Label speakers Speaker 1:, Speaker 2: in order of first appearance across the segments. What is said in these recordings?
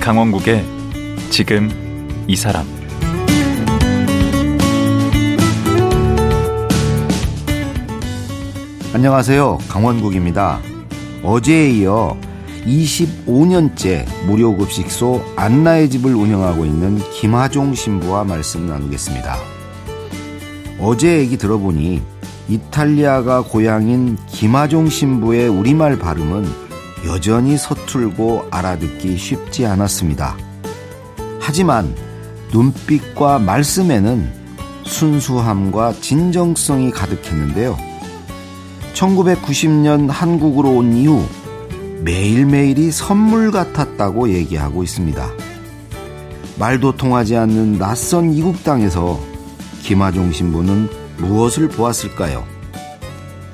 Speaker 1: 강원국의 지금 이 사람
Speaker 2: 안녕하세요. 강원국입니다. 어제에 이어 25년째 무료급식소 안나의 집을 운영하고 있는 김하종 신부와 말씀 나누겠습니다. 어제 얘기 들어보니 이탈리아가 고향인 김하종 신부의 우리말 발음은 여전히 서툴고 알아듣기 쉽지 않았습니다. 하지만 눈빛과 말씀에는 순수함과 진정성이 가득했는데요. 1990년 한국으로 온 이후 매일매일이 선물 같았다고 얘기하고 있습니다. 말도 통하지 않는 낯선 이국 땅에서 김하종 신부는 무엇을 보았을까요?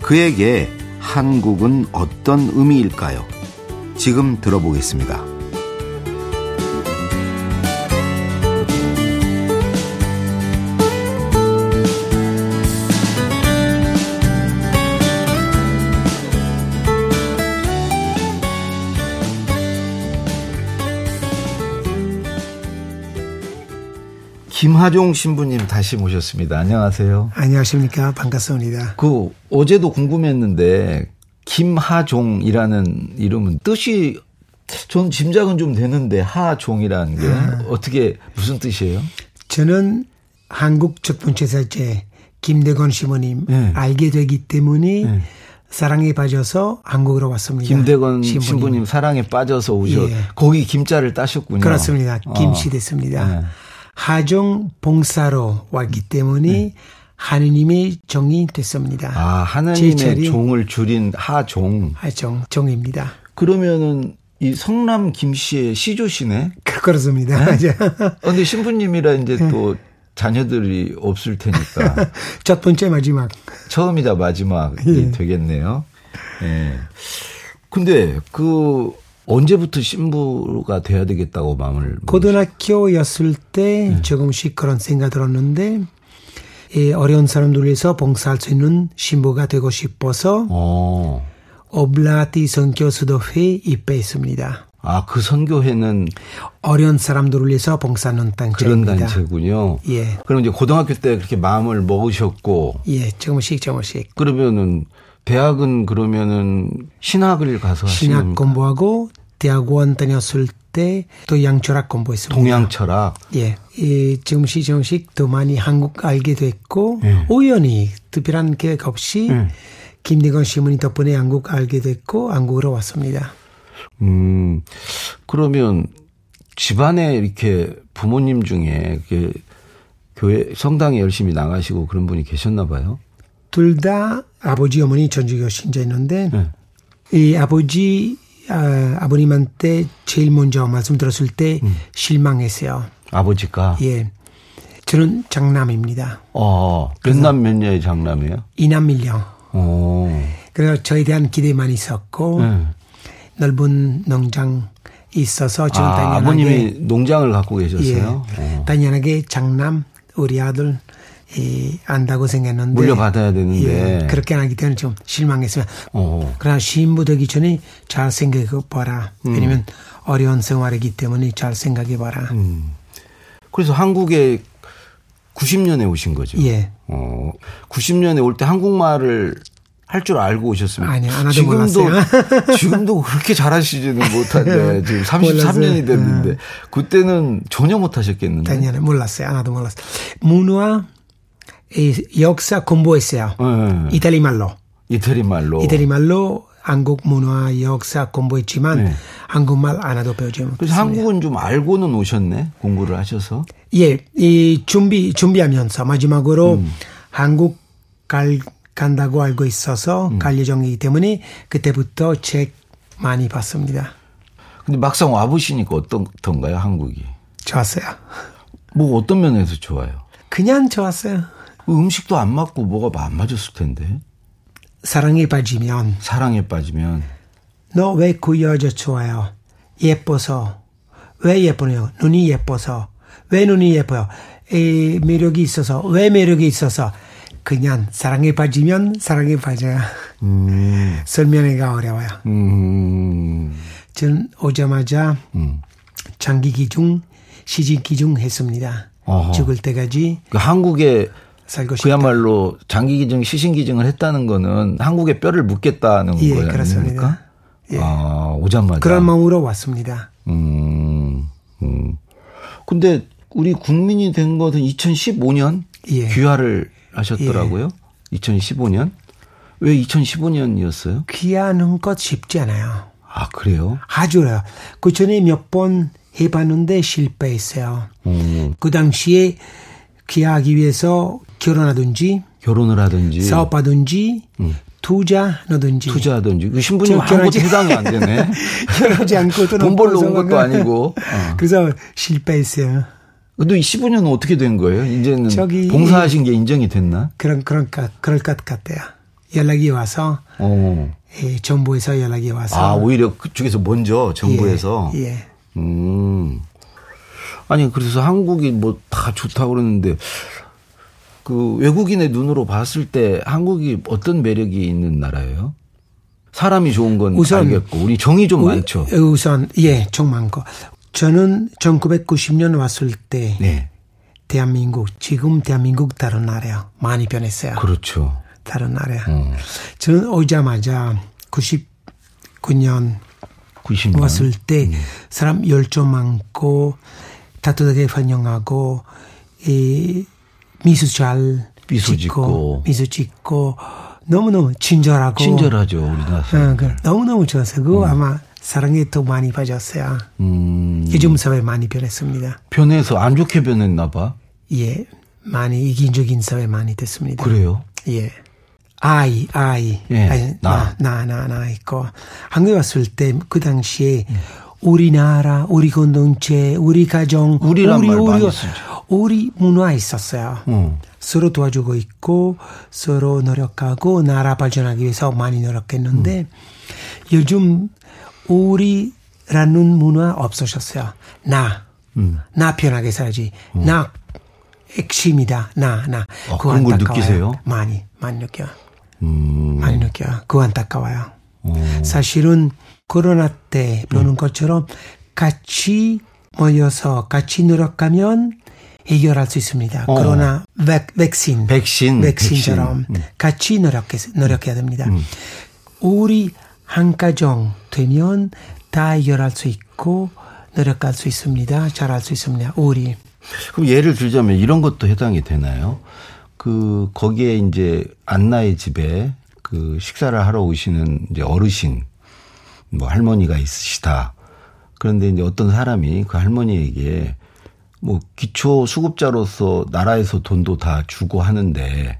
Speaker 2: 그에게 한국은 어떤 의미일까요? 지금 들어보겠습니다. 김하종 신부님 다시 모셨습니다. 안녕하세요.
Speaker 3: 안녕하십니까. 반갑습니다.
Speaker 2: 그 어제도 궁금했는데 김하종이라는 이름은 뜻이 전 짐작은 좀 되는데 하종이라는 게
Speaker 3: 아.
Speaker 2: 어떻게 무슨 뜻이에요?
Speaker 3: 저는 한국 첫 번째 사제 김대건 시모님
Speaker 2: 예.
Speaker 3: 알게 되기 때문에 사랑에 빠져서 한국으로 왔습니다.
Speaker 2: 김대건 신부님 사랑에 빠져서 오셔
Speaker 3: 아, 예.
Speaker 2: 거기 김자를 따셨군요.
Speaker 3: 그렇습니다.
Speaker 2: 어.
Speaker 3: 김씨됐습니다.
Speaker 2: 네.
Speaker 3: 하종 봉사로 왔기 때문에 하느님의 종이 됐습니다.
Speaker 2: 예. 아
Speaker 3: 제
Speaker 2: 하나님의
Speaker 3: 자리
Speaker 2: 종을 줄인 하종.
Speaker 3: 하종 종입니다.
Speaker 2: 그러면은 이 성남 김씨의 시조시네.
Speaker 3: 그- 그렇습니다.
Speaker 2: 어, 근데 신부님이라 이제
Speaker 3: 예.
Speaker 2: 또 자녀들이 없을 테니까
Speaker 3: 첫 번째 마지막
Speaker 2: 처음이자 마지막이 되겠네요. 예. 근데 그 언제부터 신부가 돼야 되겠다고 마음을
Speaker 3: 고등학교였을 때 조금씩 그런 생각 들었는데 이 어려운 사람들 위해서 봉사할 수 있는 신부가 되고 싶어서
Speaker 2: 어.
Speaker 3: 오블라티 선교수도회에 입회했습니다.
Speaker 2: 아, 그 선교회는
Speaker 3: 어려운 사람들을 위해서 봉사하는
Speaker 2: 그런
Speaker 3: 단체입니다.
Speaker 2: 단체군요.
Speaker 3: 예.
Speaker 2: 그럼 이제 고등학교 때 그렇게 마음을 먹으셨고
Speaker 3: 예, 조금씩 조금씩
Speaker 2: 그러면은 대학은 그러면은 신학을 가서 하시는
Speaker 3: 신학 공부하고 대학원 다녔을 때 또 양철학 공부했습니다.
Speaker 2: 동양 철학.
Speaker 3: 예, 이 조금씩 조금씩 더 많이 한국 알게 됐고 우연히 특별한 계획 없이 김대건 시문이 덕분에 한국 알게 됐고 한국으로 왔습니다.
Speaker 2: 음, 그러면 집안에 이렇게 부모님 중에 이렇게 교회 성당에 열심히 나가시고 그런 분이 계셨나 봐요.
Speaker 3: 둘 다 아버지 어머니 전주교 신자였는데 이 아버지 아, 아버님한테 제일 먼저 말씀 들었을 때 실망했어요.
Speaker 2: 아버지가
Speaker 3: 예, 저는 장남입니다.
Speaker 2: 어, 몇남 몇녀의 장남이에요.
Speaker 3: 이남밀려.
Speaker 2: 어.
Speaker 3: 그래서 저에 대한 기대 많이 있었고
Speaker 2: 네.
Speaker 3: 넓은 농장 있어서 저는
Speaker 2: 아,
Speaker 3: 당연하게
Speaker 2: 아버님이 농장을 갖고 계셨어요.
Speaker 3: 예,
Speaker 2: 어.
Speaker 3: 당연하게 장남 우리 아들 이, 안다고 생각했는데
Speaker 2: 물려받아야 되는데.
Speaker 3: 예, 그렇게 안 하기 때문에 좀 실망했어요.
Speaker 2: 어.
Speaker 3: 그러나 신부 되기 전에 잘 생각해 봐라.
Speaker 2: 음.
Speaker 3: 왜냐면 어려운 생활이기 때문에 잘 생각해 봐라.
Speaker 2: 음. 그래서 한국에 90년에 오신 거죠.
Speaker 3: 예.
Speaker 2: 어, 90년에 올 때 한국말을 할 줄 알고 오셨습니다.
Speaker 3: 아니요, 안 하도
Speaker 2: 지금도
Speaker 3: 몰랐어요.
Speaker 2: 지금도 그렇게 잘하시지는 못한데 지금 33년이
Speaker 3: 몰랐어요. 음.
Speaker 2: 됐는데 그때는 전혀 못하셨겠는데.
Speaker 3: 당연히 몰랐어요. 하나도 몰랐어요. 문화 이, 역사 공부했어요.
Speaker 2: 예, 예.
Speaker 3: 이탈리 말로.
Speaker 2: 이태리 말로.
Speaker 3: 이태리 말로 한국 문화 역사 공부했지만
Speaker 2: 네.
Speaker 3: 한국말 하나도 배우지 못했습니다.
Speaker 2: 그래서 한국은 좀 알고는 오셨네 공부를 하셔서.
Speaker 3: 예, 이 준비 준비하면서 마지막으로
Speaker 2: 음.
Speaker 3: 한국 갈 간다고 알고 있어서
Speaker 2: 음.
Speaker 3: 갈 예정이기 때문에 그때부터 책 많이 봤습니다.
Speaker 2: 근데 막상 와보시니까 어떻던가요 한국이?
Speaker 3: 좋았어요.
Speaker 2: 뭐 어떤 면에서 좋아요?
Speaker 3: 그냥 좋았어요.
Speaker 2: 음식도 안 맞고 뭐가 안 맞았을 텐데
Speaker 3: 사랑에 빠지면
Speaker 2: 사랑에 빠지면
Speaker 3: 너 왜 그 여자 좋아요? 예뻐서 왜 예쁘네요? 눈이 예뻐서 왜 눈이 예뻐요? 이 매력이 있어서 왜 매력이 있어서 그냥 사랑에 빠지면 사랑에 빠져요. 설명하기가 어려워요.
Speaker 2: 음,
Speaker 3: 저는 오자마자 장기 기중, 시집 기중 했습니다.
Speaker 2: 어허.
Speaker 3: 죽을 때까지
Speaker 2: 그 한국에
Speaker 3: 살고 싶다.
Speaker 2: 그야말로 장기 기증, 시신 기증을 했다는 거는 한국에 뼈를 묻겠다는
Speaker 3: 예,
Speaker 2: 거예요.
Speaker 3: 그렇습니다. 예. 뭐
Speaker 2: 아, 오자마자.
Speaker 3: 그런 마음으로 왔습니다.
Speaker 2: 음, 음. 근데 우리 국민이 된 것은 2015년
Speaker 3: 예.
Speaker 2: 귀화를 하셨더라고요. 2015년. 왜 2015년이었어요?
Speaker 3: 귀하는 것 쉽지 않아요.
Speaker 2: 아, 그래요?
Speaker 3: 아주 어려요. 그 전에 몇 번 해봤는데 실패했어요.
Speaker 2: 음,
Speaker 3: 그 당시에 귀하기 위해서 결혼하든지
Speaker 2: 결혼을 하든지
Speaker 3: 사업하든지 투자하든지
Speaker 2: 예. 음. 투자하든지 그 신분이
Speaker 3: 저
Speaker 2: 아무것도
Speaker 3: 결혼하지-
Speaker 2: 해당이 안 되네.
Speaker 3: 결혼하지 않고 또는
Speaker 2: 돈 벌러 온
Speaker 3: 벌어서
Speaker 2: 것도
Speaker 3: 가면-
Speaker 2: 아니고. 어.
Speaker 3: 그래서 실패했어요.
Speaker 2: 근데 15년은 어떻게 된 거예요? 이제는
Speaker 3: 저기-
Speaker 2: 봉사하신 게 인정이 됐나?
Speaker 3: 그런 그런 것- 그럴 것 같아요. 연락이 와서
Speaker 2: 어.
Speaker 3: 예, 정부에서 연락이 와서
Speaker 2: 아, 오히려 그쪽에서 먼저 정부에서
Speaker 3: 예, 예.
Speaker 2: 음. 아니 그래서 한국이 뭐 다 좋다고 그러는데 그 외국인의 눈으로 봤을 때 한국이 어떤 매력이 있는 나라예요? 사람이 좋은 건
Speaker 3: 우선-
Speaker 2: 알겠고 우리 정이 좀 많죠.
Speaker 3: 우- 우선 예, 좀 많고 저는 1990년 왔을 때
Speaker 2: 네.
Speaker 3: 대한민국 지금 대한민국 다른 나라요 많이 변했어요.
Speaker 2: 그렇죠. 음.
Speaker 3: 다른 나라야. 저는 오자마자 99년
Speaker 2: 90년.
Speaker 3: 왔을 때
Speaker 2: 음.
Speaker 3: 사람 열정 많고 따뜻하게 환영하고 이 미소 잘
Speaker 2: 미소 짓고.
Speaker 3: 미소 짓고 너무너무 친절하고
Speaker 2: 친절하죠, 우리나라. 사람.
Speaker 3: 어, 그, 너무너무 좋았어요. 그거 아마 사랑에 더 많이 빠졌어요.
Speaker 2: 음.
Speaker 3: 요즘 사회 많이 변했습니다.
Speaker 2: 변해서 안 좋게 변했나 봐.
Speaker 3: 예, 많이 이기적인 사회 많이 됐습니다.
Speaker 2: 그래요.
Speaker 3: 예. 아이, 아이.
Speaker 2: 예,
Speaker 3: 아이,
Speaker 2: 나.
Speaker 3: 나. 나, 나, 나 있고. 한국에 왔을 때 그 당시에
Speaker 2: 예.
Speaker 3: 우리나라, 우리 공동체, 우리 가정,
Speaker 2: 우리란 말 많이
Speaker 3: 우리,
Speaker 2: 쓰죠.
Speaker 3: 우리 문화 있었어요.
Speaker 2: 어.
Speaker 3: 서로 도와주고 있고 서로 노력하고 나라 발전하기 위해서 많이 노력했는데
Speaker 2: 음.
Speaker 3: 요즘 우리라는 문화 없어졌어요. 나.
Speaker 2: 음.
Speaker 3: 나 편하게 살지. 나 핵심이다. 나, 나.
Speaker 2: 아,
Speaker 3: 그거
Speaker 2: 음. 그런 걸
Speaker 3: 안타까워요.
Speaker 2: 느끼세요?
Speaker 3: 많이, 많이 느껴요.
Speaker 2: 음.
Speaker 3: 많이 느껴요. 그거 안타까워요.
Speaker 2: 어.
Speaker 3: 사실은 코로나 때 보는 것처럼 같이 모여서 같이 노력하면 해결할 수 있습니다.
Speaker 2: 어.
Speaker 3: 그러나 백, 백신,
Speaker 2: 백신,
Speaker 3: 백신처럼 같이 노력해, 노력해야 됩니다. 우리 한 가정 되면 다 해결할 수 있고 노력할 수 있습니다. 잘할 수 있습니다. 우리
Speaker 2: 그럼 예를 들자면 이런 것도 해당이 되나요? 그 거기에 이제 안나의 집에 그 식사를 하러 오시는 이제 어르신 뭐 할머니가 있으시다. 그런데 이제 어떤 사람이 그 할머니에게 뭐 기초 수급자로서 나라에서 돈도 다 주고 하는데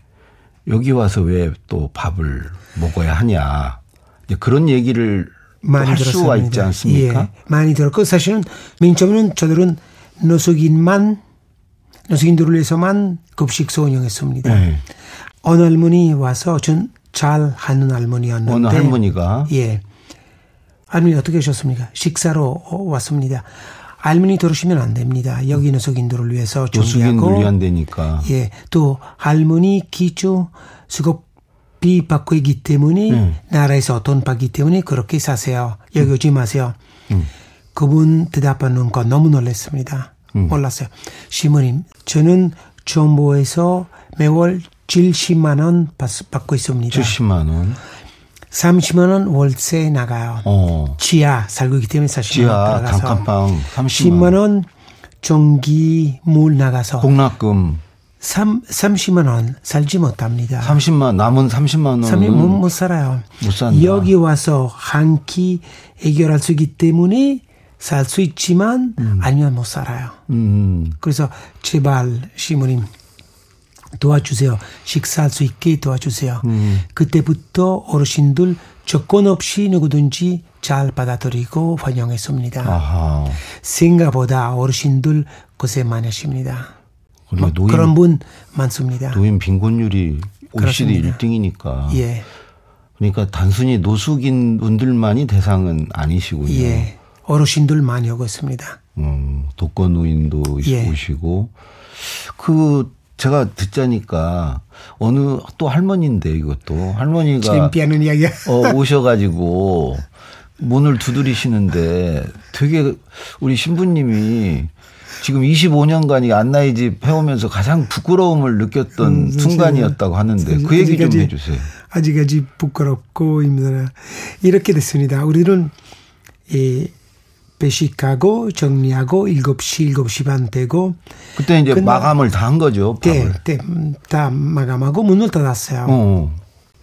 Speaker 2: 여기 와서 왜 또 밥을 먹어야 하냐. 이제 그런 얘기를
Speaker 3: 많이
Speaker 2: 할
Speaker 3: 들었습니다.
Speaker 2: 수가 있지 않습니까?
Speaker 3: 예, 많이 들었고 사실은 맨 처음에는 저들은 노숙인만 노숙인들을 위해서만 급식소 운영했습니다.
Speaker 2: 예.
Speaker 3: 어느 할머니 와서 전 잘하는 할머니였는데
Speaker 2: 어느 할머니가
Speaker 3: 예 할머니 어떻게 하셨습니까? 식사로 어, 왔습니다. 할머니 들으시면 안 됩니다. 여기 노숙인들을 위해서
Speaker 2: 음. 노숙인
Speaker 3: 준비하고
Speaker 2: 분리안 되니까
Speaker 3: 예, 또 할머니 기초 수급비 받고 있기 때문에
Speaker 2: 음.
Speaker 3: 나라에서 돈 받기 때문에 그렇게 사세요. 여기 오지 마세요.
Speaker 2: 음.
Speaker 3: 그분 대답하는 거 너무 놀랐습니다.
Speaker 2: 음.
Speaker 3: 몰랐어요. 시모님, 저는 정부에서 매월 70만 원 받, 받고 있습니다.
Speaker 2: 70만 원.
Speaker 3: 30만 원 월세 나가요.
Speaker 2: 어.
Speaker 3: 지하 살고 있기 때문에 40만 원
Speaker 2: 지하
Speaker 3: 들어가서
Speaker 2: 단칸방 30만
Speaker 3: 10만 원 전기 물 나가서
Speaker 2: 공납금
Speaker 3: 삼 30만 원 살지 못합니다.
Speaker 2: 30만 남은 30만
Speaker 3: 삼이 못,
Speaker 2: 원은 음,
Speaker 3: 못 살아요.
Speaker 2: 못 산다.
Speaker 3: 여기 와서 한 끼 해결할 수 있기 때문에 살 수 있지만 아니면 못 살아요.
Speaker 2: 음.
Speaker 3: 그래서 제발 시모님 도와주세요. 식사할 수 있게 도와주세요.
Speaker 2: 음.
Speaker 3: 그때부터 어르신들 조건 없이 누구든지 잘 받아들이고 환영했습니다.
Speaker 2: 아하.
Speaker 3: 생각보다 어르신들 고생 많으십니다.
Speaker 2: 그리고
Speaker 3: 뭐
Speaker 2: 노인
Speaker 3: 그런 분 많습니다.
Speaker 2: 노인 빈곤율이 OECD
Speaker 3: 그렇습니다.
Speaker 2: 1등이니까.
Speaker 3: 예.
Speaker 2: 그러니까 단순히 노숙인 분들만이 대상은 아니시군요.
Speaker 3: 예. 어르신들 많이 오고 있습니다.
Speaker 2: 음, 독거 노인도
Speaker 3: 예.
Speaker 2: 오시고 그 제가 듣자니까 어느 또 할머니인데 이것도 할머니가
Speaker 3: 창피하는 이야기야.
Speaker 2: 어, 오셔가지고 문을 두드리시는데 되게 우리 신부님이 지금 25년간이 안나의 집 해오면서 가장 부끄러움을 느꼈던
Speaker 3: 음,
Speaker 2: 순간이었다고 하는데 그 얘기 좀
Speaker 3: 아직까지-
Speaker 2: 해주세요.
Speaker 3: 아직까지 부끄럽고 힘들어요. 이렇게 됐습니다. 우리는 이 배식하고 정리하고 7시, 7시 반 되고
Speaker 2: 그때 이제
Speaker 3: 근데-
Speaker 2: 마감을 다 한 거죠.
Speaker 3: 때,
Speaker 2: 밥을.
Speaker 3: 때다 마감하고 문을 닫았어요.
Speaker 2: 어,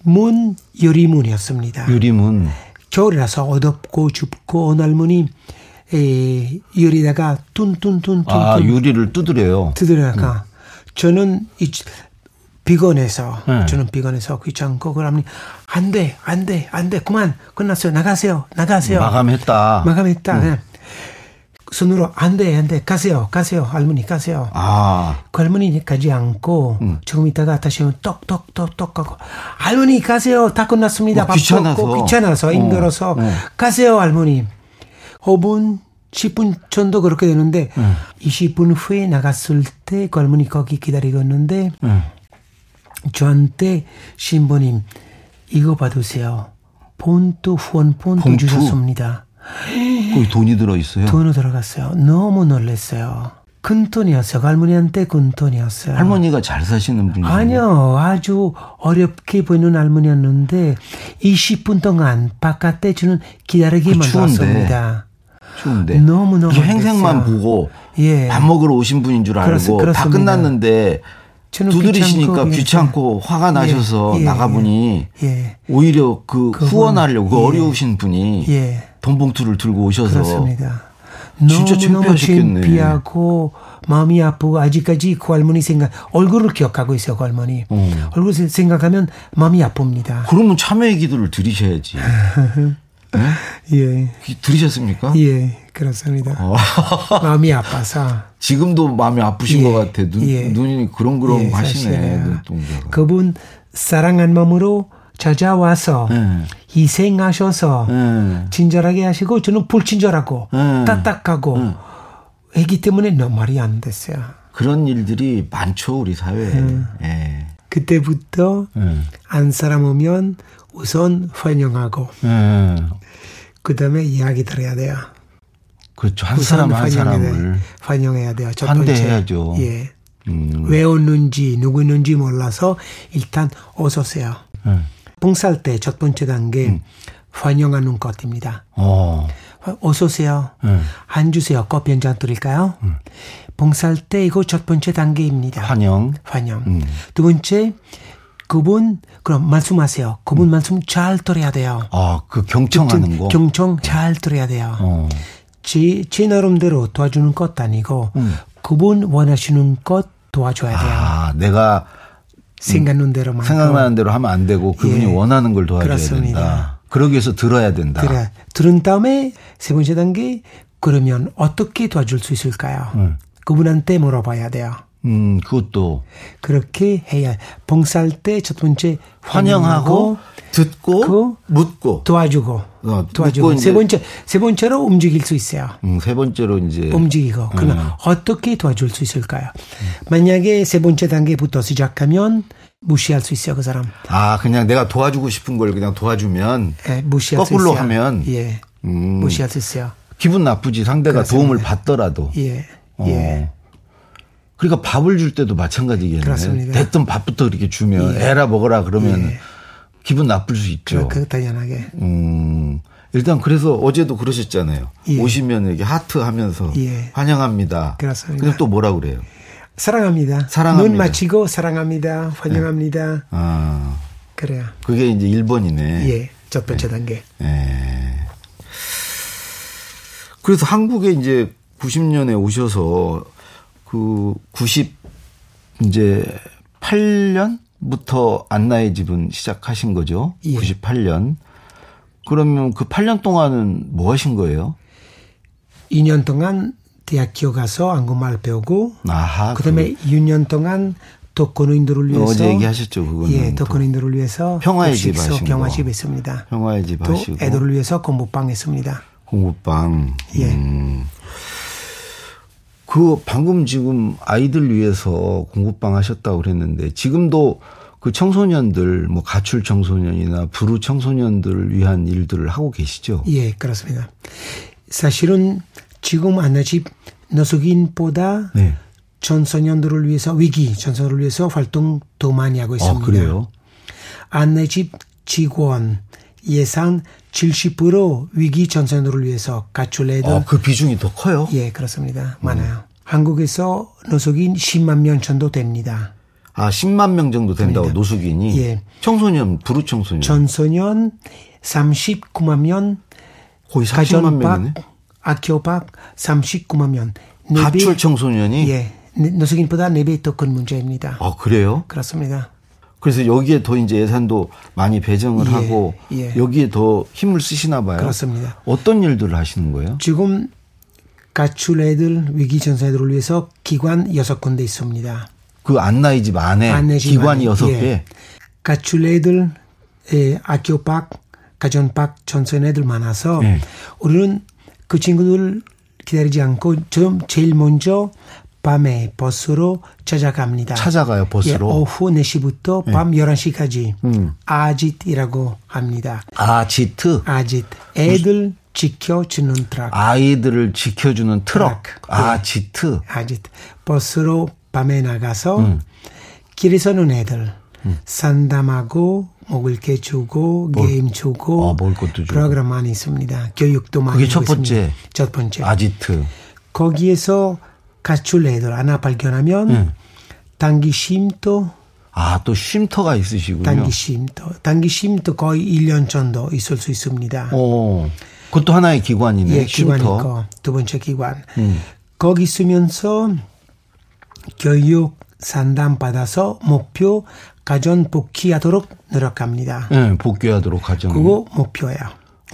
Speaker 3: 문 유리문이었습니다.
Speaker 2: 유림은
Speaker 3: 겨울이라서 어둡고 춥고 어느 할머니 에, 유리다가 뚠뚠뚠뚠
Speaker 2: 아 유리를 두드려요.
Speaker 3: 두드려가
Speaker 2: 음.
Speaker 3: 저는 이 지- 비건해서
Speaker 2: 네.
Speaker 3: 저는 비건해서 귀찮고 그러면 안돼 안돼 안돼 그만 끝났어요 나가세요 나가세요
Speaker 2: 마감했다. 음.
Speaker 3: 마감했다 그냥 손으로 안돼 안돼 가세요 가세요 할머니 가세요
Speaker 2: 아
Speaker 3: 그 할머니 가지 않고
Speaker 2: 음.
Speaker 3: 조금 있다가 다시 오면 똑똑똑똑 하고 할머니 가세요 다 끝났습니다
Speaker 2: 어,
Speaker 3: 밥
Speaker 2: 귀찮아서. 네.
Speaker 3: 먹고 귀찮아서 힘들어서 가세요 할머니 5분 10분 전도 그렇게 되는데
Speaker 2: 네.
Speaker 3: 20분 후에 나갔을 때 그 할머니 거기 기다리고 있는데
Speaker 2: 네.
Speaker 3: 저한테 신부님 이거 받으세요 본투 후원본투
Speaker 2: 봉투?
Speaker 3: 주셨습니다
Speaker 2: 거기 돈이 들어 있어요.
Speaker 3: 돈으로 들어갔어요 너무 놀랐어요 큰 돈이었어요 그 할머니한테 큰 돈이었어요
Speaker 2: 할머니가 잘 사시는 분이
Speaker 3: 아니요, 아주 어렵게 보이는 할머니였는데 20분 동안 바깥에 주는 기다리기만
Speaker 2: 그 추운데.
Speaker 3: 했습니다.
Speaker 2: 추운데
Speaker 3: 너무너무
Speaker 2: 이게 행색만
Speaker 3: 됐어요.
Speaker 2: 보고
Speaker 3: 예.
Speaker 2: 밥 먹으러 오신 분인 줄 알고
Speaker 3: 그렇습-
Speaker 2: 다
Speaker 3: 그렇습니다.
Speaker 2: 끝났는데
Speaker 3: 저는
Speaker 2: 두드리시니까
Speaker 3: 귀찮고,
Speaker 2: 귀찮고,
Speaker 3: 예.
Speaker 2: 화가 나셔서
Speaker 3: 예, 예,
Speaker 2: 나가보니
Speaker 3: 예.
Speaker 2: 오히려 그
Speaker 3: 그건-
Speaker 2: 후원하려고 그
Speaker 3: 예.
Speaker 2: 어려우신 분이
Speaker 3: 예.
Speaker 2: 돈봉투를 들고 오셔서
Speaker 3: 그렇습니다.
Speaker 2: 진짜
Speaker 3: 너무너무
Speaker 2: 창피하셨겠네.
Speaker 3: 창피하고 마음이 아프고 아직까지 그 할머니 생각 얼굴을 기억하고 있어요 그 할머니 얼굴 세- 생각하면 마음이 아픕니다.
Speaker 2: 그러면 참여의 기도를 드리셔야지 그
Speaker 3: 예,
Speaker 2: 기- 들으셨습니까?
Speaker 3: 예, 그렇습니다.
Speaker 2: 어.
Speaker 3: 마음이 아파서
Speaker 2: 지금도 마음이 아프신
Speaker 3: 예,
Speaker 2: 것 같아 눈,
Speaker 3: 예.
Speaker 2: 눈이 그렁그렁
Speaker 3: 예,
Speaker 2: 하시네
Speaker 3: 사실이에요.
Speaker 2: 눈동자가
Speaker 3: 그분 사랑한 마음으로 찾아와서
Speaker 2: 예.
Speaker 3: 희생하셔서
Speaker 2: 예.
Speaker 3: 친절하게 하시고 저는 불친절하고
Speaker 2: 예.
Speaker 3: 딱딱하고 애기 때문에 너 말이 안 됐어요.
Speaker 2: 그런 일들이 많죠 우리 사회에
Speaker 3: 음.
Speaker 2: 예.
Speaker 3: 그때부터 안 사람 오면 우선 환영하고
Speaker 2: 예.
Speaker 3: 그 다음에 이야기 들어야 돼요.
Speaker 2: 그렇죠 한
Speaker 3: 우선
Speaker 2: 사람 한
Speaker 3: 환영해야
Speaker 2: 사람을
Speaker 3: 돼- 환영해야 돼요. 첫
Speaker 2: 환대해야죠.
Speaker 3: 번째. 예.
Speaker 2: 음.
Speaker 3: 왜 오는지 누구 있는지 몰라서 일단 어서 오세요.
Speaker 2: 예. 음.
Speaker 3: 봉사할 때 첫 번째 단계 환영하는 것입니다.
Speaker 2: 어.
Speaker 3: 어서 오세요.
Speaker 2: 예.
Speaker 3: 안 주세요. 커피 한 잔 드릴까요? 봉사할 때 이거 첫 번째 단계입니다.
Speaker 2: 음. 환영. 음.
Speaker 3: 환영. 두 번째 그분 그럼 말씀하세요.
Speaker 2: 음.
Speaker 3: 그분 말씀 잘 들어야 돼요.
Speaker 2: 아, 그 경청하는 거.
Speaker 3: 경청 잘 들어야 돼요.
Speaker 2: 어.
Speaker 3: 제, 제 나름대로 도와주는 것도 아니고 그분 원하시는 것 도와줘야 돼요.
Speaker 2: 음. 아, 내가
Speaker 3: 생각하는 대로만
Speaker 2: 생각나는 대로 하면 안 되고 그분이
Speaker 3: 예.
Speaker 2: 원하는 걸 도와줘야
Speaker 3: 그렇습니다.
Speaker 2: 된다. 그러기 위해서 들어야 된다.
Speaker 3: 들어, 들은 다음에 세 번째 단계 그러면 어떻게 도와줄 수 있을까요? 그분한테 물어봐야 돼요.
Speaker 2: 음, 그것도
Speaker 3: 그렇게 해야 봉사할 때 첫 번째
Speaker 2: 환영하고 듣고
Speaker 3: 그-
Speaker 2: 묻고
Speaker 3: 도와주고
Speaker 2: 어,
Speaker 3: 도와주고
Speaker 2: 묻고
Speaker 3: 세
Speaker 2: 이제-
Speaker 3: 번째 세 번째로 움직일 수 있어요.
Speaker 2: 음, 세 번째로 이제
Speaker 3: 움직이고 그러면
Speaker 2: 음.
Speaker 3: 어떻게 도와줄 수 있을까요? 만약에 세 번째 단계부터 시작하면 무시할 수 있어요 그 사람.
Speaker 2: 아, 그냥 내가 도와주고 싶은 걸 그냥 도와주면
Speaker 3: 예, 무시할
Speaker 2: 거꾸로
Speaker 3: 수 있어요.
Speaker 2: 하면?
Speaker 3: 예,
Speaker 2: 음.
Speaker 3: 무시할 수 있어요.
Speaker 2: 기분 나쁘지 상대가 도움을 받더라도.
Speaker 3: 예,
Speaker 2: 어.
Speaker 3: 예.
Speaker 2: 그러니까 밥을 줄 때도 마찬가지겠네.
Speaker 3: 그렇습니다.
Speaker 2: 됐든 밥부터 이렇게 주면 애라 먹어라 그러면 기분 나쁠 수 있죠.
Speaker 3: 그, 당연하게.
Speaker 2: 음, 일단 그래서 어제도 그러셨잖아요.
Speaker 3: 예.
Speaker 2: 오시면 이렇게 하트 하면서
Speaker 3: 예.
Speaker 2: 환영합니다.
Speaker 3: 그렇습니다.
Speaker 2: 근데 또 뭐라 그래요?
Speaker 3: 사랑합니다.
Speaker 2: 사랑합니다.
Speaker 3: 눈 맞히고 사랑합니다. 환영합니다.
Speaker 2: 아,
Speaker 3: 그래요.
Speaker 2: 그게 이제 1번이네. 네.
Speaker 3: 예. 첫 번째 단계.
Speaker 2: 그래서 한국에 이제 90년에 오셔서 그 90, 이제 8년부터 안나의 집은 시작하신 거죠.
Speaker 3: 예.
Speaker 2: 98년. 그러면 그 8년 동안은 뭐 하신 거예요?
Speaker 3: 2년 동안 대학교 가서 한국말 배우고
Speaker 2: 아하.
Speaker 3: 그다음에 6년 동안 독거노인들을 위해서
Speaker 2: 어제 얘기하셨죠, 그거는.
Speaker 3: 예, 독거노인들을 위해서
Speaker 2: 평화의 집
Speaker 3: 복식소,
Speaker 2: 하신 거.
Speaker 3: 평화집 했습니다.
Speaker 2: 평화의 집
Speaker 3: 또
Speaker 2: 하시고.
Speaker 3: 애들을 위해서 공부방 했습니다.
Speaker 2: 공부방.
Speaker 3: 예.
Speaker 2: 음. 그 방금 지금 아이들 위해서 공부방 하셨다고 그랬는데 지금도 그 그 청소년들 뭐 가출 청소년이나 불우 청소년들을 위한 일들을 하고 계시죠.
Speaker 3: 예, 그렇습니다. 사실은 지금 안나집 노숙인보다
Speaker 2: 네.
Speaker 3: 전소년들을 위해서 위기 전소를 위해서 활동 더 많이 하고
Speaker 2: 아
Speaker 3: 있습니다.
Speaker 2: 그래요.
Speaker 3: 안내집 직원 예산 70% 위기 전선으로 위해서 가출해도
Speaker 2: 어, 아그 비중이 더 커요.
Speaker 3: 예
Speaker 2: 음.
Speaker 3: 그렇습니다 많아요. 한국에서 노숙인 10만 명 정도 됩니다.
Speaker 2: 아 10만 명 정도 된다고 노숙인이
Speaker 3: 예.
Speaker 2: 청소년 불우 청소년
Speaker 3: 전소년 39만 명,
Speaker 2: 거의 40만 명이네.
Speaker 3: 가정박, 학교박 39만 명. 네
Speaker 2: 가출
Speaker 3: 배-
Speaker 2: 청소년이
Speaker 3: 예, 네, 노숙인보다 4배 더 큰 문제입니다.
Speaker 2: 아 그래요?
Speaker 3: 그렇습니다.
Speaker 2: 어. 그래서 여기에 더 이제 예산도 많이 배정을
Speaker 3: 예,
Speaker 2: 하고
Speaker 3: 예.
Speaker 2: 여기에 더 힘을 쓰시나 봐요.
Speaker 3: 그렇습니다.
Speaker 2: 어떤 일들을 하시는 거예요?
Speaker 3: 지금 가출 애들 위기 전사들을 위해서 기관 여섯 군데 있습니다.
Speaker 2: 그 안나이 집 안에
Speaker 3: 안내 집
Speaker 2: 기관이
Speaker 3: 안에,
Speaker 2: 여섯
Speaker 3: 예.
Speaker 2: 개.
Speaker 3: 가출 애들 예, 학교 밖 가정 밖 전선 애들 많아서
Speaker 2: 예.
Speaker 3: 우리는 그 친구들 기다리지 않고 좀 제일 먼저 밤에 버스로 찾아갑니다.
Speaker 2: 찾아가요, 버스로? 예. 음.
Speaker 3: 예, 오후 4시부터 밤 11시까지 아짓이라고 합니다.
Speaker 2: 아지트
Speaker 3: 아짓 애들 지켜주는 트럭.
Speaker 2: 아이들을 지켜주는 트럭.
Speaker 3: 트럭. 네.
Speaker 2: 아지트
Speaker 3: 아직 버스로 밤에 나가서
Speaker 2: 음.
Speaker 3: 길에서 는 애들 상담하고 먹을 게 주고 게임 주고
Speaker 2: 아, 먹을 것도 주고.
Speaker 3: 프로그램 많이 있습니다. 교육도 많이
Speaker 2: 그게 첫
Speaker 3: 하고
Speaker 2: 번째.
Speaker 3: 있습니다. 첫 번째.
Speaker 2: 아지트.
Speaker 3: 거기에서 가출 애들 하나 발견하면
Speaker 2: 음.
Speaker 3: 단기심도
Speaker 2: 아 또 쉼터가 있으시군요.
Speaker 3: 단기심도 단기심도 거의 1년 정도 있을 수 있습니다.
Speaker 2: 어. 그것도 하나의 기관이네.
Speaker 3: 예, 기관이
Speaker 2: 쉼터. 음.
Speaker 3: 있고 두 번째 기관. 거기 있으면서 교육 상담 받아서 목표 가전 복귀하도록 노력합니다.
Speaker 2: 예, 복귀하도록 하죠.
Speaker 3: 그거 목표예요.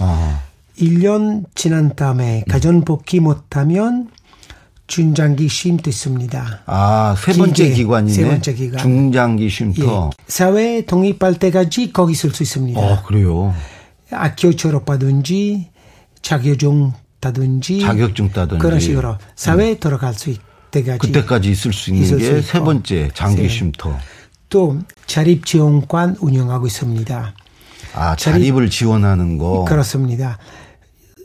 Speaker 2: 아.
Speaker 3: 1년 지난 다음에 가전 복귀 못하면 중장기 쉼도 있습니다.
Speaker 2: 아, 세 번째
Speaker 3: 길게,
Speaker 2: 기관이네.
Speaker 3: 세 번째 기관.
Speaker 2: 중장기
Speaker 3: 예.
Speaker 2: 쉼터.
Speaker 3: 사회 독립할 때까지 거기 있을 수 있습니다.
Speaker 2: 어, 그래요.
Speaker 3: 학교 졸업하든지 자격증 따든지
Speaker 2: 자격증 따든지. 음.
Speaker 3: 그런 식으로 사회에 들어갈 수 있- 때까지
Speaker 2: 그때까지 있을 수 있는
Speaker 3: 있을
Speaker 2: 게
Speaker 3: 수
Speaker 2: 세
Speaker 3: 있고.
Speaker 2: 번째 장기
Speaker 3: 세.
Speaker 2: 쉼터.
Speaker 3: 또 자립 지원관 운영하고 있습니다.
Speaker 2: 아, 자립을 지원하는 거.
Speaker 3: 그렇습니다.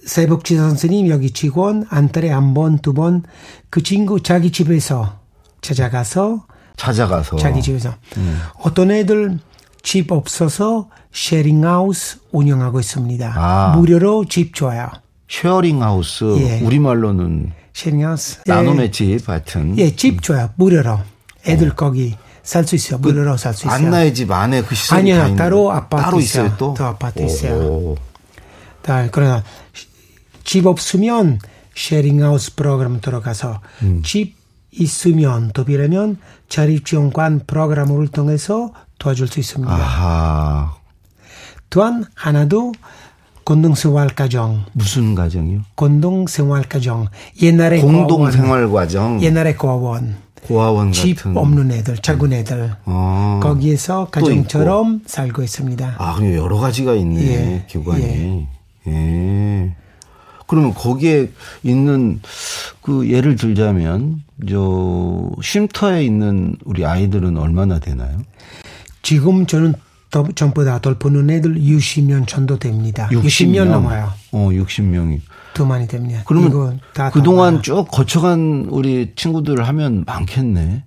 Speaker 3: 세복지 선생님 여기 직원 안 달에 한 번 두 번 그 친구 자기 집에서 찾아가서
Speaker 2: 찾아가서.
Speaker 3: 자기 집에서
Speaker 2: 음.
Speaker 3: 어떤 애들 집 없어서 쉐링하우스 운영하고 있습니다.
Speaker 2: 아.
Speaker 3: 무료로 집 줘요.
Speaker 2: 쉐어링 하우스.
Speaker 3: 예.
Speaker 2: 우리말로는
Speaker 3: 쉐링하우스
Speaker 2: 나눔의 집 하여튼.
Speaker 3: 예, 집 줘요. 무료로. 애들 거기 살 수 있어요. 무료로 살 수 있어요.
Speaker 2: 그 안나의 집 안에 그 시설이
Speaker 3: 아니요,
Speaker 2: 다 있는
Speaker 3: 따로
Speaker 2: 거.
Speaker 3: 아파트
Speaker 2: 따로
Speaker 3: 있어요.
Speaker 2: 있어요 또.
Speaker 3: 또 아파트
Speaker 2: 오.
Speaker 3: 있어요. 다 그러나 집 없으면 쉐링하우스 프로그램 들어가서
Speaker 2: 음.
Speaker 3: 집 있으면 도비라면 자립지원관 프로그램을 통해서 도와줄 수 있습니다.
Speaker 2: 아하.
Speaker 3: 또한 하나도 공동생활가정,
Speaker 2: 무슨 가정이요?
Speaker 3: 공동생활가정 옛날에
Speaker 2: 공동
Speaker 3: 고아원,
Speaker 2: 생활 과정.
Speaker 3: 옛날에 고아원
Speaker 2: 고아원
Speaker 3: 집
Speaker 2: 음, 같은.
Speaker 3: 없는 애들, 작은 애들
Speaker 2: 아.
Speaker 3: 거기에서
Speaker 2: 또 있고.
Speaker 3: 가정처럼 살고 있습니다.
Speaker 2: 아, 그럼 여러 가지가 있네,
Speaker 3: 예,
Speaker 2: 기관이. 예. 그러면 거기에 있는, 그, 예를 들자면, 저, 쉼터에 있는 우리 아이들은 얼마나 되나요?
Speaker 3: 지금 저는 더- 전부 다 돌보는 애들 60년 정도 됩니다. 60년, 넘어요.
Speaker 2: 어, 60명이.
Speaker 3: 더 많이 됩니다. 이거
Speaker 2: 그러면
Speaker 3: 다
Speaker 2: 그동안
Speaker 3: 넘어요.
Speaker 2: 쭉 거쳐간 우리 친구들 하면 많겠네.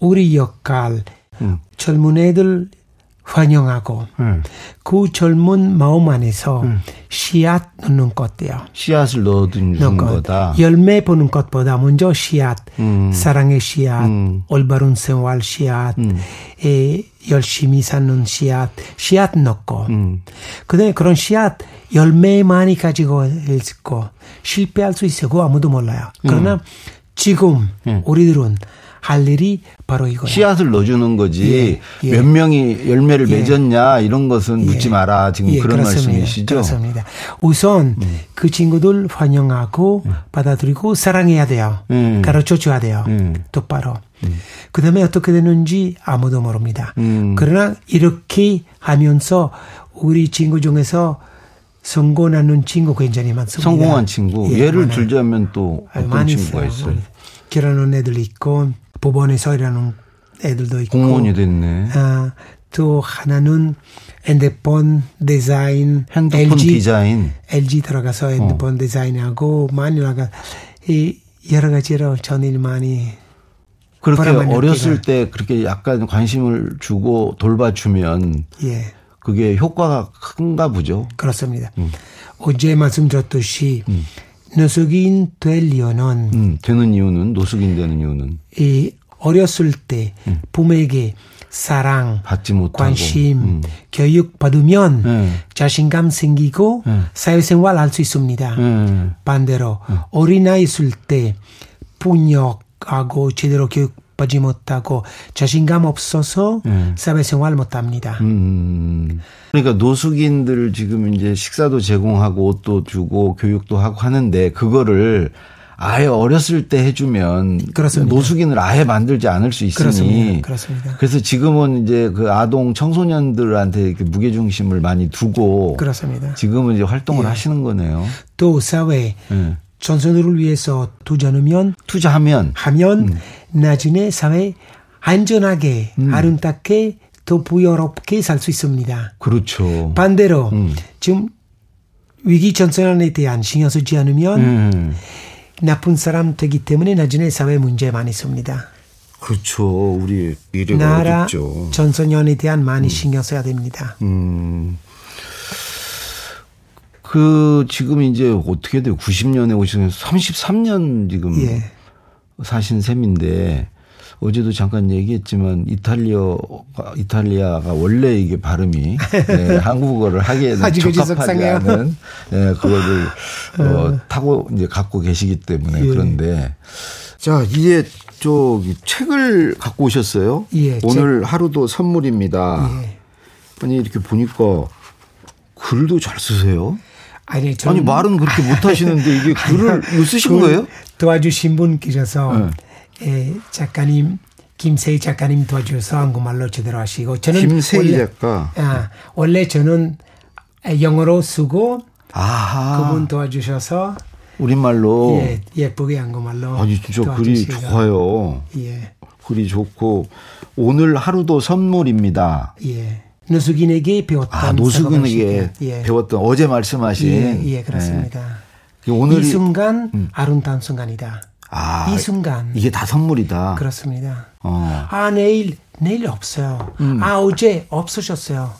Speaker 3: 우리 역할
Speaker 2: 음.
Speaker 3: 젊은 애들 환영하고 그 젊은 마음 안에서 씨앗 넣는 것도요.
Speaker 2: 씨앗을 넣어둔
Speaker 3: 넣고
Speaker 2: 거다.
Speaker 3: 그러니까
Speaker 2: 음.
Speaker 3: 열매 보는 것보다 먼저 씨앗, 사랑의 씨앗, 올바른 생활 씨앗,
Speaker 2: 음.
Speaker 3: 에, 열심히 사는 씨앗, 씨앗 넣고, 그다음에 그런 씨앗 열매 많이 가지고 있고 실패할 수 있고 아무도 몰라요. 그러나
Speaker 2: 음.
Speaker 3: 지금 우리들은 할 일이 바로 이거예요.
Speaker 2: 씨앗을 넣어주는 거지
Speaker 3: 예, 예.
Speaker 2: 몇 명이 열매를
Speaker 3: 예.
Speaker 2: 맺었냐 이런 것은 묻지 마라 지금
Speaker 3: 예,
Speaker 2: 그런
Speaker 3: 그렇습니다.
Speaker 2: 말씀이시죠? 음.
Speaker 3: 그렇습니다. 우선 그 친구들 환영하고 받아들이고 사랑해야 돼요.
Speaker 2: 음.
Speaker 3: 가르쳐 줘야 돼요. 똑바로. 그다음에 어떻게 되는지 아무도 모릅니다.
Speaker 2: 음.
Speaker 3: 그러나 이렇게 하면서 우리 친구 중에서 성공하는 친구 굉장히 많습니다.
Speaker 2: 성공한 친구
Speaker 3: 예,
Speaker 2: 예를
Speaker 3: 많아요.
Speaker 2: 들자면 또
Speaker 3: 아유,
Speaker 2: 어떤
Speaker 3: 많이
Speaker 2: 친구가
Speaker 3: 있어요.
Speaker 2: 있어요?
Speaker 3: 많이. 결혼한 애들 있고 법원에서 일하는 애들도 있고.
Speaker 2: 공무원이 됐네.
Speaker 3: 아, 또 하나는 핸드폰 디자인,
Speaker 2: 핸드폰 디자인.
Speaker 3: LG 들어가서 핸드폰 디자인하고 많이 나가 이 여러 가지로 전일 많이
Speaker 2: 그렇게
Speaker 3: 바람을
Speaker 2: 어렸을 때 그렇게 약간 관심을 주고 돌봐주면
Speaker 3: 예
Speaker 2: 그게 효과가 큰가 보죠.
Speaker 3: 그렇습니다.
Speaker 2: 음.
Speaker 3: 어제 말씀드렸듯이 노숙인 되려는
Speaker 2: 음, 되는 이유는 노숙인 되는 이유는
Speaker 3: 이 어렸을 때 부모에게 사랑,
Speaker 2: 음. 받지 못하고. 음.
Speaker 3: 관심, 교육 받으면
Speaker 2: 예.
Speaker 3: 자신감 생기고 사회생활 할 수 있습니다.
Speaker 2: 예.
Speaker 3: 반대로 어린아이 있을 때 폭력하고 제대로 교육 받지 못하고 자신감 없어서 사회생활 못합니다.
Speaker 2: 예. 음. 그러니까 노숙인들 지금 이제 식사도 제공하고 옷도 주고 교육도 하고 하는데 그거를 아예 어렸을 때 해주면
Speaker 3: 그렇습니다.
Speaker 2: 노숙인을 아예 만들지 않을 수
Speaker 3: 그렇습니다.
Speaker 2: 있으니
Speaker 3: 그렇습니다.
Speaker 2: 래서 지금은 이제 그 아동 청소년들한테 이렇게 무게 중심을 많이 두고
Speaker 3: 그렇습니다. 예.
Speaker 2: 지금은 이제 활동을 하시는 거네요.
Speaker 3: 또 사회
Speaker 2: 예.
Speaker 3: 전선을 위해서 투자하면
Speaker 2: 투자하면
Speaker 3: 하면
Speaker 2: 음.
Speaker 3: 나중에 사회 안전하게 아름답게 더 부여롭게 살 수 있습니다.
Speaker 2: 그렇죠.
Speaker 3: 반대로 지금 위기 전선에 대한 신경 쓰지 않으면
Speaker 2: 음.
Speaker 3: 나쁜 사람 되기 때문에 나중에 사회 문제 많이 있습니다.
Speaker 2: 그렇죠. 우리 미래가
Speaker 3: 나라
Speaker 2: 어렵죠. 음.
Speaker 3: 전선연에 대한 많이 신경 써야 됩니다.
Speaker 2: 그 지금 이제 어떻게 돼요? 90년에 오시면 33년 지금
Speaker 3: 예.
Speaker 2: 사신 셈인데 어제도 잠깐 얘기했지만 이탈리아가 이탈리아가 원래 이게 발음이 네, 한국어를 하기에는
Speaker 3: 아직까지
Speaker 2: 적합하지
Speaker 3: 속상해요.
Speaker 2: 않은 네, 그거를 어, 타고 이제 갖고 계시기
Speaker 3: 예.
Speaker 2: 때문에 그런데 자 이제 저 책을 갖고 오셨어요.
Speaker 3: 예,
Speaker 2: 오늘 하루도 선물입니다. 아니 이렇게 보니까 글도 잘 쓰세요.
Speaker 3: 아니, 저는
Speaker 2: 아니 뭐 말은 그렇게 못 하시는데 이게 글을 왜 쓰신
Speaker 3: 그
Speaker 2: 거예요? 네.
Speaker 3: 도와주신 분 계셔서 에, 작가님 김세희 작가님 도와주셔서 한국말로 제대로 하시고 저는
Speaker 2: 김세희
Speaker 3: 원래,
Speaker 2: 작가.
Speaker 3: 아, 원래 저는 영어로 쓰고
Speaker 2: 아하.
Speaker 3: 그분 도와주셔서
Speaker 2: 우리말로
Speaker 3: 예, 예쁘게 한국말로
Speaker 2: 아니 진짜 글이
Speaker 3: 도와주시고.
Speaker 2: 좋아요.
Speaker 3: 예.
Speaker 2: 글이 좋고 오늘 하루도 선물입니다.
Speaker 3: 예. 노숙인에게 배웠던
Speaker 2: 아 노숙인에게
Speaker 3: 사고방식이요. 예.
Speaker 2: 배웠던 어제 말씀하신
Speaker 3: 예, 예, 그렇습니다.
Speaker 2: 예. 오늘 음.
Speaker 3: 이 순간 아름다운 순간이다.
Speaker 2: 아,
Speaker 3: 이 순간
Speaker 2: 이게 다 선물이다.
Speaker 3: 그렇습니다.
Speaker 2: 아. 어. 음.
Speaker 3: 아 내일 내일 없어요. 아 어제 없으셨어요.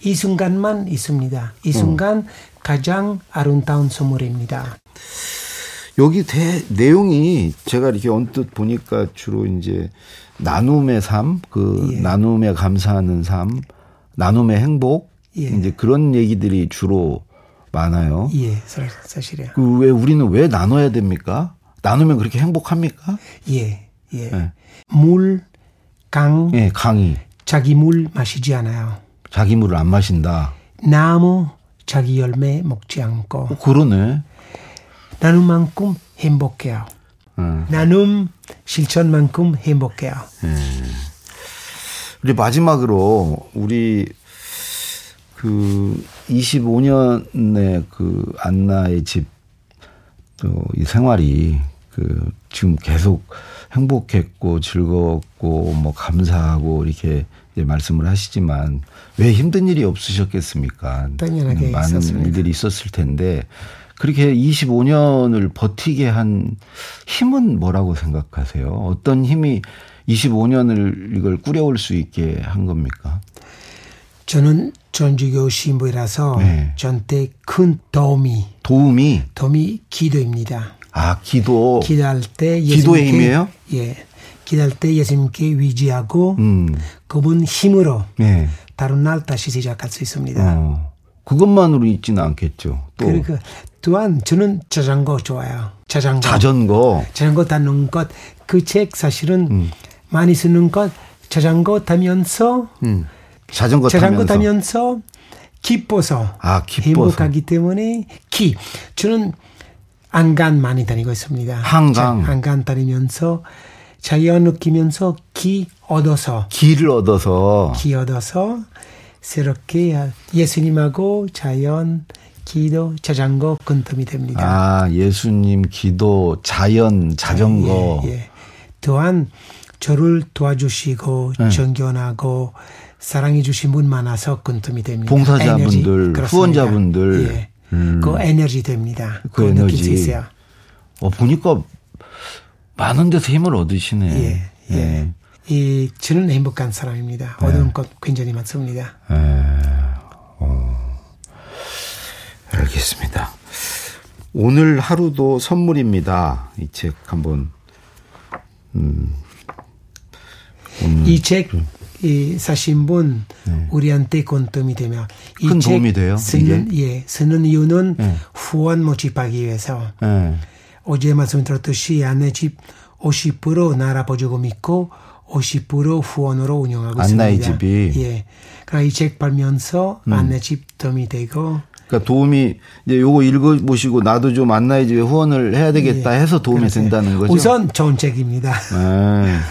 Speaker 3: 이 순간만 있습니다.
Speaker 2: 음.
Speaker 3: 이 순간 가장 아름다운 선물입니다.
Speaker 2: 여기 대, 내용이 제가 이렇게 언뜻 보니까 주로 이제 나눔의 삶, 그
Speaker 3: 예.
Speaker 2: 나눔에 감사하는 삶, 나눔의 행복
Speaker 3: 예.
Speaker 2: 이제 그런 얘기들이 주로 많아요.
Speaker 3: 예, 사- 사실이야.
Speaker 2: 그 왜 우리는 왜 나눠야 됩니까? 나누면 그렇게 행복합니까?
Speaker 3: 예, 예.
Speaker 2: 예.
Speaker 3: 물, 강,
Speaker 2: 예, 강의
Speaker 3: 자기 물 마시지 않아요.
Speaker 2: 자기 물을 안 마신다.
Speaker 3: 나무 자기 열매 먹지 않고
Speaker 2: 어, 그러네.
Speaker 3: 나눔 만큼 행복해요.
Speaker 2: 음.
Speaker 3: 나눔 실천만큼 행복해요.
Speaker 2: 우리 마지막으로 우리 그 25년의 그 안나의 집이 생활이 그 지금 계속 행복했고 즐거웠고 뭐 감사하고 이렇게 이제 말씀을 하시지만 왜 힘든 일이 없으셨겠습니까? 음,
Speaker 3: 당연하게
Speaker 2: 많은
Speaker 3: 있었습니다.
Speaker 2: 일들이 있었을 텐데 그렇게 25년을 버티게 한 힘은 뭐라고 생각하세요? 어떤 힘이 25년을 이걸 꾸려올 수 있게 한 겁니까?
Speaker 3: 저는 전주교 신부이라서
Speaker 2: 네.
Speaker 3: 저한테 큰 도움이
Speaker 2: 도움이
Speaker 3: 도움이 기도입니다.
Speaker 2: 아 기도
Speaker 3: 기도할 때 예수님께
Speaker 2: 기도의 힘이에요?
Speaker 3: 예. 기도할 때 예수님께 위지하고
Speaker 2: 음.
Speaker 3: 그분 힘으로
Speaker 2: 네.
Speaker 3: 다른 날 다시 시작할 수 있습니다.
Speaker 2: 어. 그것만으로 있지는 않겠죠. 또
Speaker 3: 그리고 또한 저는 자전거 좋아요. 자전거.
Speaker 2: 자전거
Speaker 3: 자전거 타는 것, 그 책 사실은
Speaker 2: 음.
Speaker 3: 많이 쓰는 것, 자전거 타면서,
Speaker 2: 음. 자전거,
Speaker 3: 자전거
Speaker 2: 타면서
Speaker 3: 타면서 기뻐서,
Speaker 2: 아, 기뻐서.
Speaker 3: 행복하기 때문에 기. 저는 한강 많이 다니고 있습니다.
Speaker 2: 한강.
Speaker 3: 자, 한강 다니면서 자연 느끼면서 기 얻어서,
Speaker 2: 길을 얻어서
Speaker 3: 기 얻어서 새롭게 예수님하고 자연, 기도, 자전거 근텀이 됩니다.
Speaker 2: 아 예수님 기도 자연 자전거
Speaker 3: 예, 예. 또한 저를 도와주시고
Speaker 2: 예.
Speaker 3: 존경하고 사랑해 주신 분 많아서 근통이 됩니다.
Speaker 2: 봉사자분들,
Speaker 3: 에너지. 그렇습니다.
Speaker 2: 후원자분들.
Speaker 3: 예.
Speaker 2: 음.
Speaker 3: 그 에너지 됩니다.
Speaker 2: 그
Speaker 3: 그거 느낄 수
Speaker 2: 에너지.
Speaker 3: 있어요.
Speaker 2: 어, 보니까 많은 데서 힘을 얻으시네.
Speaker 3: 예, 예. 이 저는 행복한 사람입니다. 얻은 것 굉장히 많습니다.
Speaker 2: 예. 어. 알겠습니다. 오늘 하루도 선물입니다. 이 책 한번
Speaker 3: 이 책, 이 사신 분, 우리한테 건뜸이 되며. 이
Speaker 2: 네. 큰
Speaker 3: 책
Speaker 2: 도움이 돼요, 네.
Speaker 3: 쓰는, 예, 쓰는 이유는 후원 모집하기 위해서.
Speaker 2: 예.
Speaker 3: 어제 말씀드렸듯이 안내 집50% 나라 보조금 있고 50% 후원으로 운영하고
Speaker 2: 안내
Speaker 3: 있습니다.
Speaker 2: 집이. 음.
Speaker 3: 예. 그러니까 이 책 팔면서 안내 집 덤이 되고
Speaker 2: 그러니까 도움이 이제 요거 읽어 보시고 나도 좀 안나의 집에 후원을 해야 되겠다 해서 도움이
Speaker 3: 그래서
Speaker 2: 된다는 거죠.
Speaker 3: 우선 좋은 책입니다.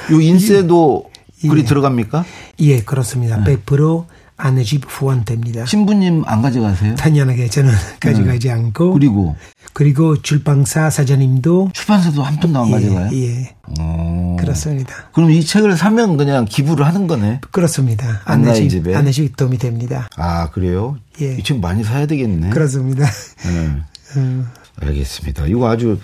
Speaker 2: 예. 요 인쇄도 글이 들어갑니까?
Speaker 3: 예,
Speaker 2: 네.
Speaker 3: 그렇습니다. 100% 안내 집 후원됩니다.
Speaker 2: 신부님 안 가져가세요?
Speaker 3: 당연하게 저는
Speaker 2: 네.
Speaker 3: 가져가지 않고
Speaker 2: 그리고
Speaker 3: 그리고 출판사 사장님도
Speaker 2: 출판사도 한 편도 안 가져가요?
Speaker 3: 예, 예.
Speaker 2: 어.
Speaker 3: 그렇습니다.
Speaker 2: 그럼 이 책을 사면 그냥 기부를 하는 거네.
Speaker 3: 그렇습니다.
Speaker 2: 안내
Speaker 3: 안내집
Speaker 2: 집에?
Speaker 3: 안내집 도움이 됩니다.
Speaker 2: 아 그래요?
Speaker 3: 예.
Speaker 2: 이 책 많이 사야 되겠네.
Speaker 3: 그렇습니다.
Speaker 2: 예.
Speaker 3: 음,
Speaker 2: 알겠습니다. 이거 아주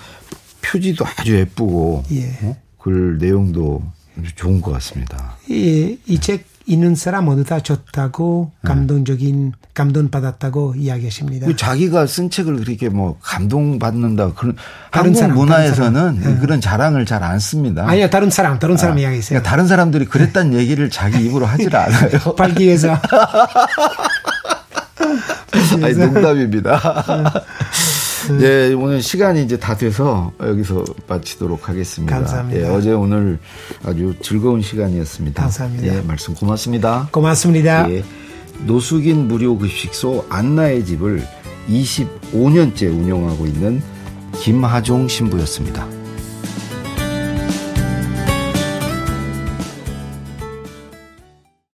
Speaker 2: 표지도 아주 예쁘고
Speaker 3: 예.
Speaker 2: 어? 글 내용도 아주 좋은 것 같습니다.
Speaker 3: 예, 이 책 있는 사람 모두 다 좋다고
Speaker 2: 네.
Speaker 3: 감동적인 감동 받았다고 이야기하십니다.
Speaker 2: 그 자기가 쓴 책을 그렇게 뭐 감동받는다 그런
Speaker 3: 다른
Speaker 2: 한국
Speaker 3: 사람, 네.
Speaker 2: 문화에서는 그런 자랑을 잘 안 씁니다.
Speaker 3: 아니요, 다른 사람, 다른 사람 이야기했어요.
Speaker 2: 그러니까 다른 사람들이 그랬다는 얘기를 자기 입으로 하질 않아요.
Speaker 3: 팔기 위해서.
Speaker 2: 아니 농담입니다.
Speaker 3: 네.
Speaker 2: 예, 오늘 시간이 이제 다 돼서 여기서 마치도록 하겠습니다.
Speaker 3: 감사합니다.
Speaker 2: 예, 어제 오늘 아주 즐거운 시간이었습니다.
Speaker 3: 감사합니다.
Speaker 2: 예, 말씀 고맙습니다.
Speaker 3: 고맙습니다.
Speaker 2: 예, 노숙인 무료 급식소 안나의 집을 25년째 운영하고 있는 김하종 신부였습니다.